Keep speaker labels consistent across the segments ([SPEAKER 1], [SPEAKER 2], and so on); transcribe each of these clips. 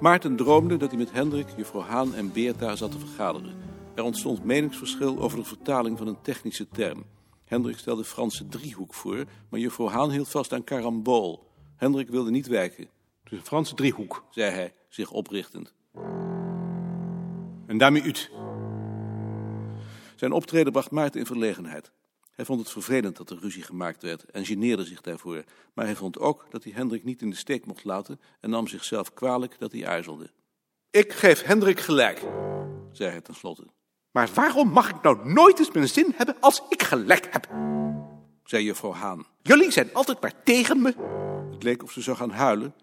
[SPEAKER 1] Maarten droomde dat hij met Hendrik, juffrouw Haan en Beerta zat te vergaderen. Er ontstond meningsverschil over de vertaling van een technische term. Hendrik stelde Franse driehoek voor, maar juffrouw Haan hield vast aan karambool. Hendrik wilde niet wijken,
[SPEAKER 2] Het is Dus een Franse driehoek.
[SPEAKER 1] zei hij, zich oprichtend.
[SPEAKER 2] En daarmee uit.
[SPEAKER 1] Zijn optreden bracht Maarten in verlegenheid. Hij vond het vervelend dat er ruzie gemaakt werd en geneerde zich daarvoor. Maar hij vond ook dat hij Hendrik niet in de steek mocht laten en nam zichzelf kwalijk dat hij aarzelde.
[SPEAKER 2] Ik geef Hendrik gelijk.
[SPEAKER 1] Zei hij tenslotte.
[SPEAKER 2] Maar waarom mag ik nou nooit eens mijn zin hebben als ik gelijk heb?
[SPEAKER 1] Zei juffrouw Haan.
[SPEAKER 2] Jullie zijn altijd maar tegen me.
[SPEAKER 1] Het leek of ze zou gaan huilen.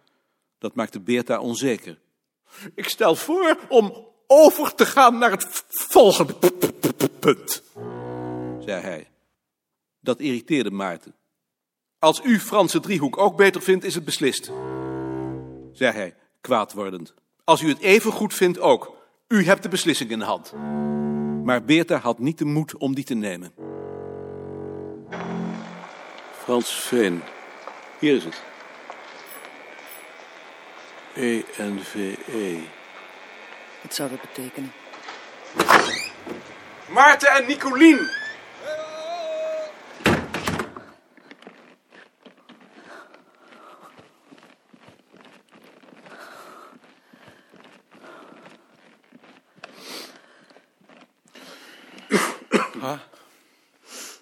[SPEAKER 1] Dat maakte Beerta onzeker.
[SPEAKER 2] Ik stel voor om over te gaan naar het v- volgende p- p- p- punt.
[SPEAKER 1] zei hij. Dat irriteerde Maarten,
[SPEAKER 2] Als u Franse driehoek ook beter vindt, is het beslist.
[SPEAKER 1] zei hij, kwaad wordend.
[SPEAKER 2] Als u het even goed vindt ook. U hebt de beslissing in de hand.
[SPEAKER 1] Maar Beerta had niet de moed om die te nemen. Frans Veen. Hier is het. E-N-V-E.
[SPEAKER 3] Wat zou dat betekenen?
[SPEAKER 2] Maarten en Nicolien.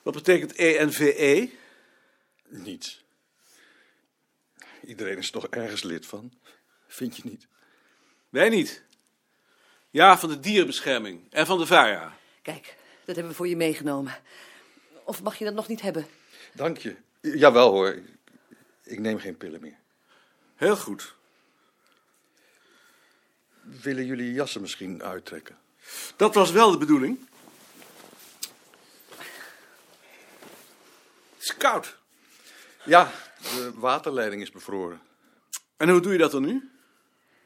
[SPEAKER 1] Wat betekent E E-N-V-E?
[SPEAKER 4] Niets. Iedereen is toch ergens lid van? Vind je niet?
[SPEAKER 1] Wij niet. Ja, van de dierenbescherming en van de VARA.
[SPEAKER 3] Kijk, dat hebben we voor je meegenomen. Of mag je dat nog niet hebben?
[SPEAKER 4] Dank je. Jawel hoor. Ik neem geen pillen meer.
[SPEAKER 1] Heel goed.
[SPEAKER 4] Willen jullie jassen misschien uittrekken?
[SPEAKER 1] Dat was wel de bedoeling. Het is koud.
[SPEAKER 4] Ja, de waterleiding is bevroren.
[SPEAKER 1] En hoe doe je dat dan nu?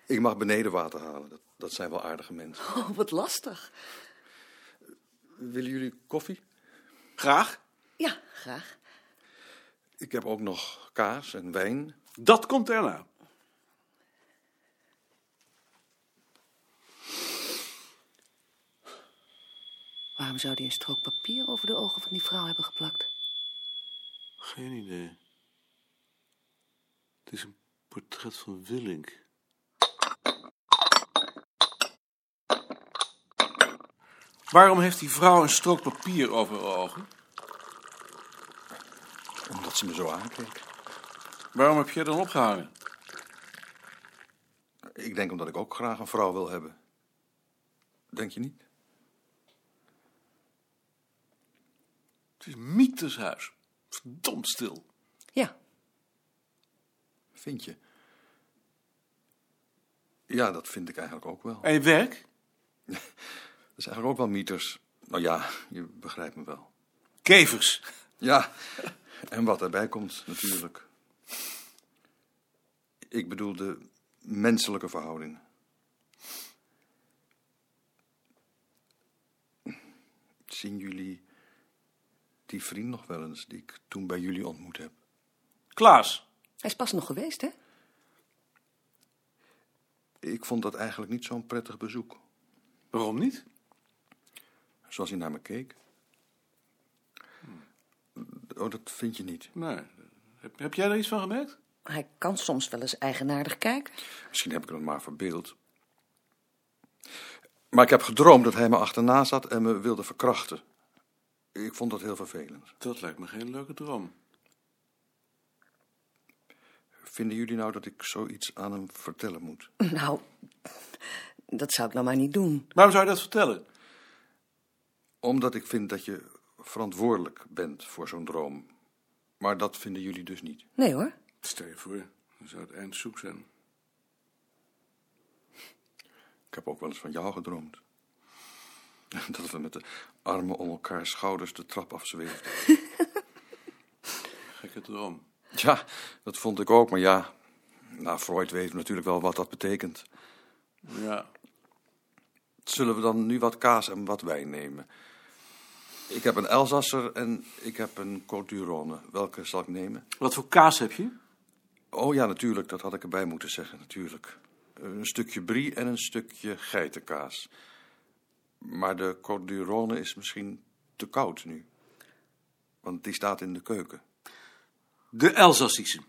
[SPEAKER 4] Ik mag beneden water halen. Dat, dat zijn wel aardige mensen.
[SPEAKER 3] Oh, wat lastig.
[SPEAKER 4] Willen jullie koffie?
[SPEAKER 1] Graag.
[SPEAKER 3] Ja, graag.
[SPEAKER 4] Ik heb ook nog kaas en wijn.
[SPEAKER 1] Dat komt daarna.
[SPEAKER 3] Waarom zou die een strook papier over de ogen van die vrouw hebben geplakt?
[SPEAKER 1] Geen idee. Het is een portret van Willink. Waarom heeft die vrouw een strook papier over haar ogen?
[SPEAKER 4] Omdat ze me zo aankeek.
[SPEAKER 1] Waarom heb je dan opgehangen?
[SPEAKER 4] Ik denk omdat ik ook graag een vrouw wil hebben. Denk je niet?
[SPEAKER 1] Het is Mieters huis. Verdomd stil.
[SPEAKER 3] Ja,
[SPEAKER 4] Vind je? Ja, dat vind ik eigenlijk ook wel.
[SPEAKER 1] En je werk?
[SPEAKER 4] Dat is eigenlijk ook wel mieters. Nou ja, je begrijpt me wel.
[SPEAKER 1] Kevers.
[SPEAKER 4] Ja, en wat daarbij komt natuurlijk. Ik bedoel de menselijke verhoudingen. Zien jullie die vriend nog wel eens die ik toen bij jullie ontmoet heb?
[SPEAKER 1] Klaas.
[SPEAKER 3] hij is pas nog geweest, hè?
[SPEAKER 4] Ik vond dat eigenlijk niet zo'n prettig bezoek.
[SPEAKER 1] Waarom niet?
[SPEAKER 4] Zoals hij naar me keek. Oh, dat vind je niet.
[SPEAKER 1] Nee. Heb, heb jij er iets van gemerkt?
[SPEAKER 3] Hij kan soms wel eens eigenaardig kijken.
[SPEAKER 4] Misschien heb ik het maar verbeeld. Maar ik heb gedroomd dat hij me achterna zat en me wilde verkrachten. Ik vond dat heel vervelend.
[SPEAKER 1] Dat lijkt me geen leuke droom.
[SPEAKER 4] Vinden jullie nou dat ik zoiets aan hem vertellen moet?
[SPEAKER 3] Nou, dat zou ik nou maar niet doen.
[SPEAKER 1] Waarom zou je dat vertellen?
[SPEAKER 4] Omdat ik vind dat je verantwoordelijk bent voor zo'n droom. Maar dat vinden jullie dus niet.
[SPEAKER 3] Nee hoor.
[SPEAKER 1] Stel je voor, dan zou het eind zoek zijn.
[SPEAKER 4] Ik heb ook wel eens van jou gedroomd. Dat we met de armen om elkaar schouders de trap afzweefden.
[SPEAKER 1] Gekke droom.
[SPEAKER 4] Ja, dat vond ik ook, maar ja. Nou, Freud weet natuurlijk wel wat dat betekent.
[SPEAKER 1] Ja.
[SPEAKER 4] Zullen we dan nu wat kaas en wat wijn nemen? Ik heb een Elsasser en ik heb een Côte d'Urone. Welke zal ik nemen?
[SPEAKER 1] Wat voor kaas heb je?
[SPEAKER 4] Oh ja, natuurlijk, dat had ik erbij moeten zeggen, natuurlijk. een stukje brie en een stukje geitenkaas. Maar de corduronen is misschien te koud nu. Want die staat in de keuken.
[SPEAKER 1] De Elzassische.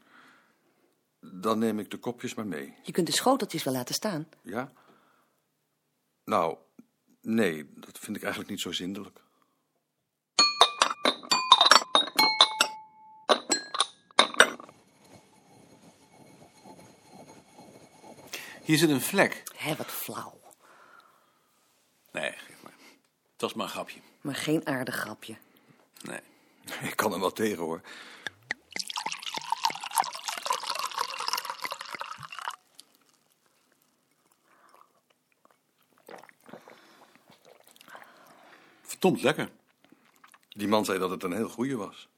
[SPEAKER 4] Dan neem ik de kopjes maar mee,
[SPEAKER 3] Je kunt de schoteltjes wel laten staan.
[SPEAKER 4] ja? Nou, nee, dat vind ik eigenlijk niet zo zindelijk.
[SPEAKER 1] Hier zit een vlek.
[SPEAKER 3] Hé, wat flauw.
[SPEAKER 1] Nee, geef maar. Het was maar een grapje.
[SPEAKER 3] Maar geen aardig grapje.
[SPEAKER 1] Nee.
[SPEAKER 4] Ik kan hem wel tegen, hoor.
[SPEAKER 1] Verdomd lekker.
[SPEAKER 4] Die man zei dat het een heel goeie was.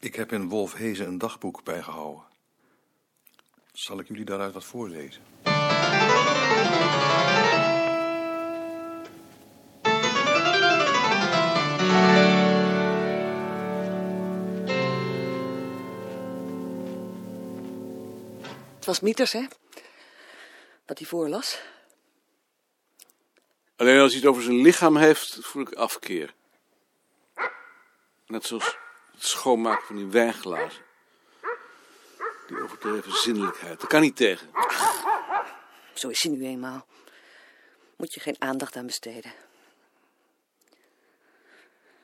[SPEAKER 4] Ik heb in Wolf Hezen een dagboek bijgehouden. Zal ik jullie daaruit wat voorlezen?
[SPEAKER 3] Het was Mieters, hè? Dat hij voorlas.
[SPEAKER 1] Alleen als hij het over zijn lichaam heeft, voel ik afkeer. Net zoals het schoonmaken van die wijnglazen. Die overdreven zinnelijkheid. Daar kan niet tegen.
[SPEAKER 3] Zo is hij nu eenmaal. Moet je geen aandacht aan besteden.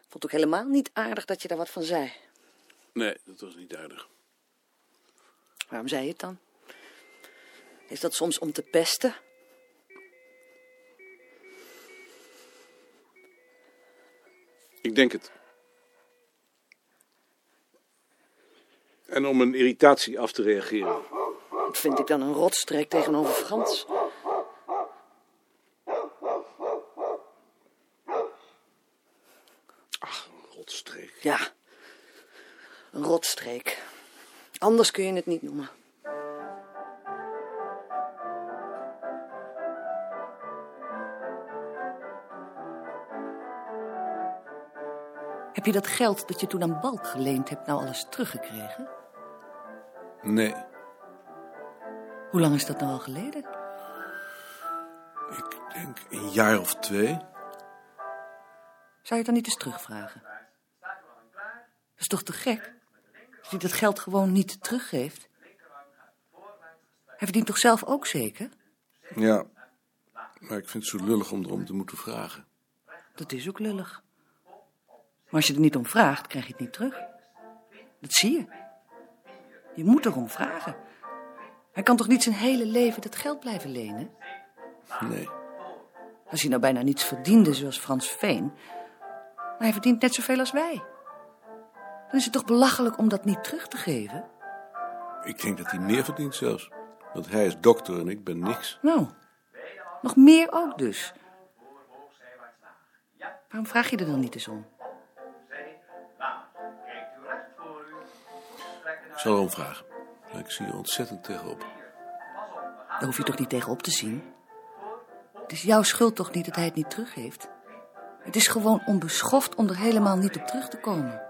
[SPEAKER 3] Vond ook helemaal niet aardig dat je daar wat van zei.
[SPEAKER 1] Nee, dat was niet duidelijk.
[SPEAKER 3] Waarom zei je het dan? Is dat soms om te pesten?
[SPEAKER 1] Ik denk het. En om een irritatie af te reageren.
[SPEAKER 3] Dat vind ik dan een rotstreek tegenover Frans.
[SPEAKER 1] Rotstreek.
[SPEAKER 3] Ja, een rotstreek. Anders kun je het niet noemen. Heb je dat geld dat je toen aan Balk geleend hebt nou alles teruggekregen?
[SPEAKER 1] Nee,
[SPEAKER 3] Hoe lang is dat nou al geleden?
[SPEAKER 1] ik denk een jaar of twee.
[SPEAKER 3] Zou je het dan niet eens terugvragen? Dat is toch te gek? Als hij dat geld gewoon niet teruggeeft. Hij verdient toch zelf ook zeker?
[SPEAKER 1] Ja, maar ik vind het zo lullig om erom te moeten vragen.
[SPEAKER 3] Dat is ook lullig. Maar als je er niet om vraagt, krijg je het niet terug. Dat zie je. Je moet erom vragen. Hij kan toch niet zijn hele leven dat geld blijven lenen?
[SPEAKER 1] Nee.
[SPEAKER 3] Als hij nou bijna niets verdiende, zoals Frans Veen. Maar hij verdient net zoveel als wij. Dan is het toch belachelijk om dat niet terug te geven?
[SPEAKER 1] Ik denk dat hij meer verdient zelfs. Want hij is dokter en ik ben niks.
[SPEAKER 3] Nou, nog meer ook dus. Waarom vraag je er dan niet eens om?
[SPEAKER 1] Ik zal erom vragen. Maar ik zie er ontzettend tegenop.
[SPEAKER 3] Daar hoef je toch niet tegen op te zien? Het is jouw schuld toch niet dat hij het niet teruggeeft? Het is gewoon onbeschoft om er helemaal niet op terug te komen.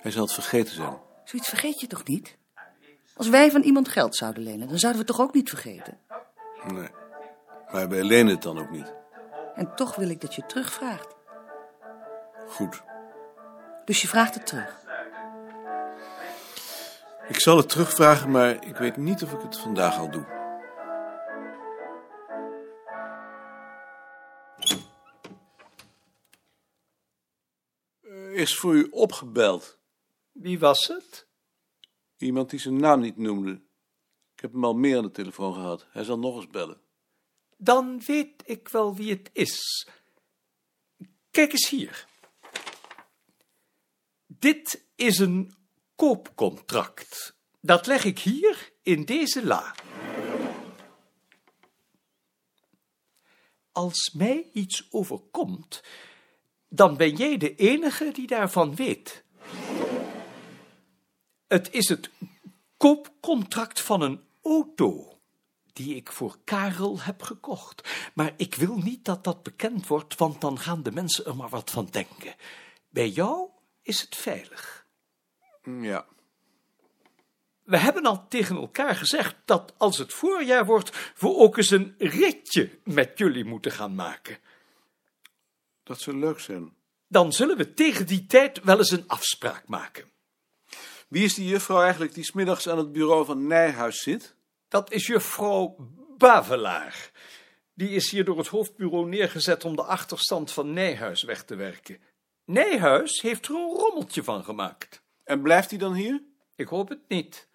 [SPEAKER 1] Hij zal het vergeten zijn.
[SPEAKER 3] Zoiets vergeet je toch niet? Als wij van iemand geld zouden lenen, dan zouden we het toch ook niet vergeten?
[SPEAKER 1] Nee. Maar wij lenen het dan ook niet.
[SPEAKER 3] En toch wil ik dat je het terugvraagt.
[SPEAKER 1] Goed.
[SPEAKER 3] Dus je vraagt het terug.
[SPEAKER 1] Ik zal het terugvragen, maar ik weet niet of ik het vandaag al doe. Eh, Is voor u opgebeld.
[SPEAKER 2] Wie was het?
[SPEAKER 1] Iemand die zijn naam niet noemde. Ik heb hem al meer aan de telefoon gehad. Hij zal nog eens bellen.
[SPEAKER 2] Dan weet ik wel wie het is. Kijk eens hier. Dit is een koopcontract. Dat leg ik hier in deze la. Als mij iets overkomt, dan ben jij de enige die daarvan weet. Het is het koopcontract van een auto die ik voor Karel heb gekocht. Maar ik wil niet dat dat bekend wordt, want dan gaan de mensen er maar wat van denken. Bij jou is het veilig.
[SPEAKER 1] Mm, Ja.
[SPEAKER 2] We hebben al tegen elkaar gezegd dat als het voorjaar wordt, we ook eens een ritje met jullie moeten gaan maken.
[SPEAKER 1] Dat zou leuk zijn.
[SPEAKER 2] Dan zullen we tegen die tijd wel eens een afspraak maken.
[SPEAKER 1] Wie is die juffrouw eigenlijk die smiddags aan het bureau van Nijhuis zit?
[SPEAKER 2] Dat is juffrouw Bavelaar. Die is hier door het hoofdbureau neergezet om de achterstand van Nijhuis weg te werken. Nijhuis heeft er een rommeltje van gemaakt.
[SPEAKER 1] En blijft die dan hier?
[SPEAKER 2] Ik hoop het niet.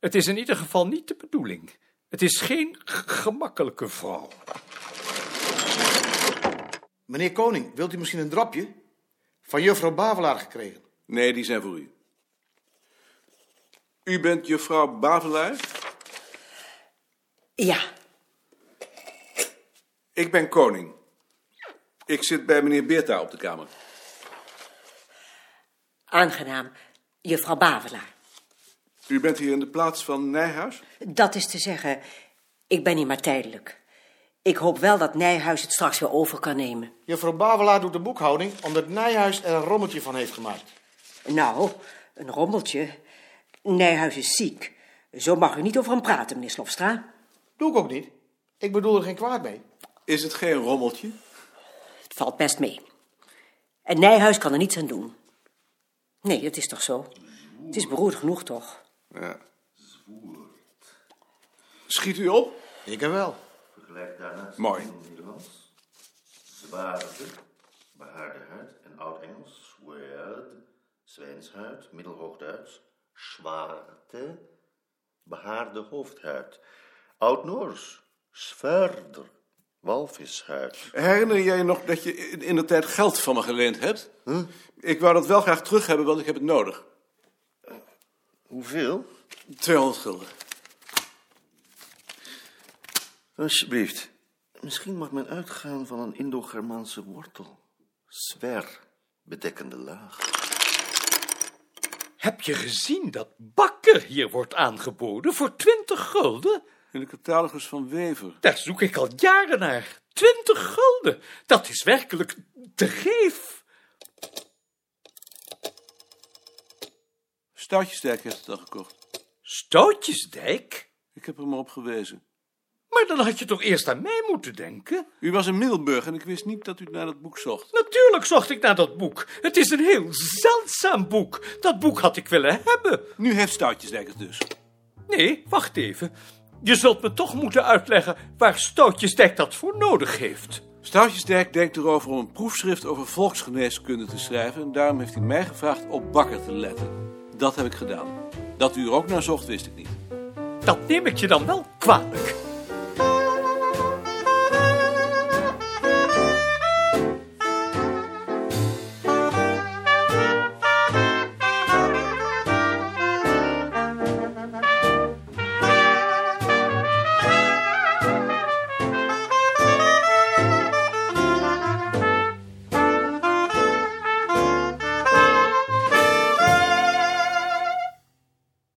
[SPEAKER 2] Het is in ieder geval niet de bedoeling. Het is geen g- gemakkelijke vrouw.
[SPEAKER 5] Meneer Koning, wilt u misschien een drapje? Van juffrouw Bavelaar gekregen.
[SPEAKER 1] Nee, die zijn voor u. U bent juffrouw Bavelaar?
[SPEAKER 3] Ja,
[SPEAKER 1] Ik ben koning. Ik zit bij meneer Beerta op de kamer.
[SPEAKER 6] Aangenaam, juffrouw Bavelaar.
[SPEAKER 1] U bent hier in de plaats van Nijhuis?
[SPEAKER 6] Dat is te zeggen, ik ben hier maar tijdelijk. Ik hoop wel dat Nijhuis het straks weer over kan nemen.
[SPEAKER 5] Juffrouw Bavelaar doet de boekhouding omdat Nijhuis er een rommeltje van heeft gemaakt.
[SPEAKER 6] Nou, een rommeltje. Nijhuis is ziek. Zo mag u niet over hem praten, meneer Slofstra.
[SPEAKER 5] Doe ik ook niet. Ik bedoel er geen kwaad mee.
[SPEAKER 1] Is het geen rommeltje?
[SPEAKER 6] Het valt best mee. En Nijhuis kan er niets aan doen. Nee, dat is toch zo? Het is beroerd genoeg, toch?
[SPEAKER 1] Ja. Schiet u op?
[SPEAKER 5] Ik er wel.
[SPEAKER 7] Vergelijk daarnaast
[SPEAKER 1] Mooi.
[SPEAKER 7] in het Nederlands. Zwaarde, behaarde huid en oud-Engels. Zwaard, zwijnshuid, middelhoogduits. Zwaarte, behaarde hoofdhuid. Oud-Noors, zwaarder, walvishuid.
[SPEAKER 1] Herinner jij je nog dat je in- in de tijd geld van me geleend hebt? Ik wou dat wel graag terug hebben, want ik heb het nodig.
[SPEAKER 7] Hoeveel?
[SPEAKER 1] 200 gulden.
[SPEAKER 7] Alsjeblieft. Misschien mag men uitgaan van een Indo-Germaanse wortel. Zwer, betekende laag.
[SPEAKER 2] Heb je gezien dat bakker hier wordt aangeboden voor twintig gulden?
[SPEAKER 1] In de catalogus van Wever.
[SPEAKER 2] Daar zoek ik al jaren naar. Twintig gulden. Dat is werkelijk te geef.
[SPEAKER 1] Stoutjesdijk heeft het al gekocht.
[SPEAKER 2] Stoutjesdijk?
[SPEAKER 1] Ik heb er maar op gewezen.
[SPEAKER 2] Maar dan had je toch eerst aan mij moeten denken?
[SPEAKER 1] U was in Middelburg en ik wist niet dat u naar dat boek zocht.
[SPEAKER 2] Natuurlijk zocht ik naar dat boek. Het is een heel zeldzaam boek. Dat boek had ik willen hebben.
[SPEAKER 1] Nu heeft Stoutjesdijk het dus.
[SPEAKER 2] Nee, wacht even. Je zult me toch moeten uitleggen waar Stoutjesdijk dat voor nodig heeft.
[SPEAKER 1] Stoutjesdijk denkt erover om een proefschrift over volksgeneeskunde te schrijven... en daarom heeft hij mij gevraagd op bakker te letten. Dat heb ik gedaan. Dat u er ook naar zocht, wist ik niet.
[SPEAKER 2] Dat neem ik je dan wel kwalijk.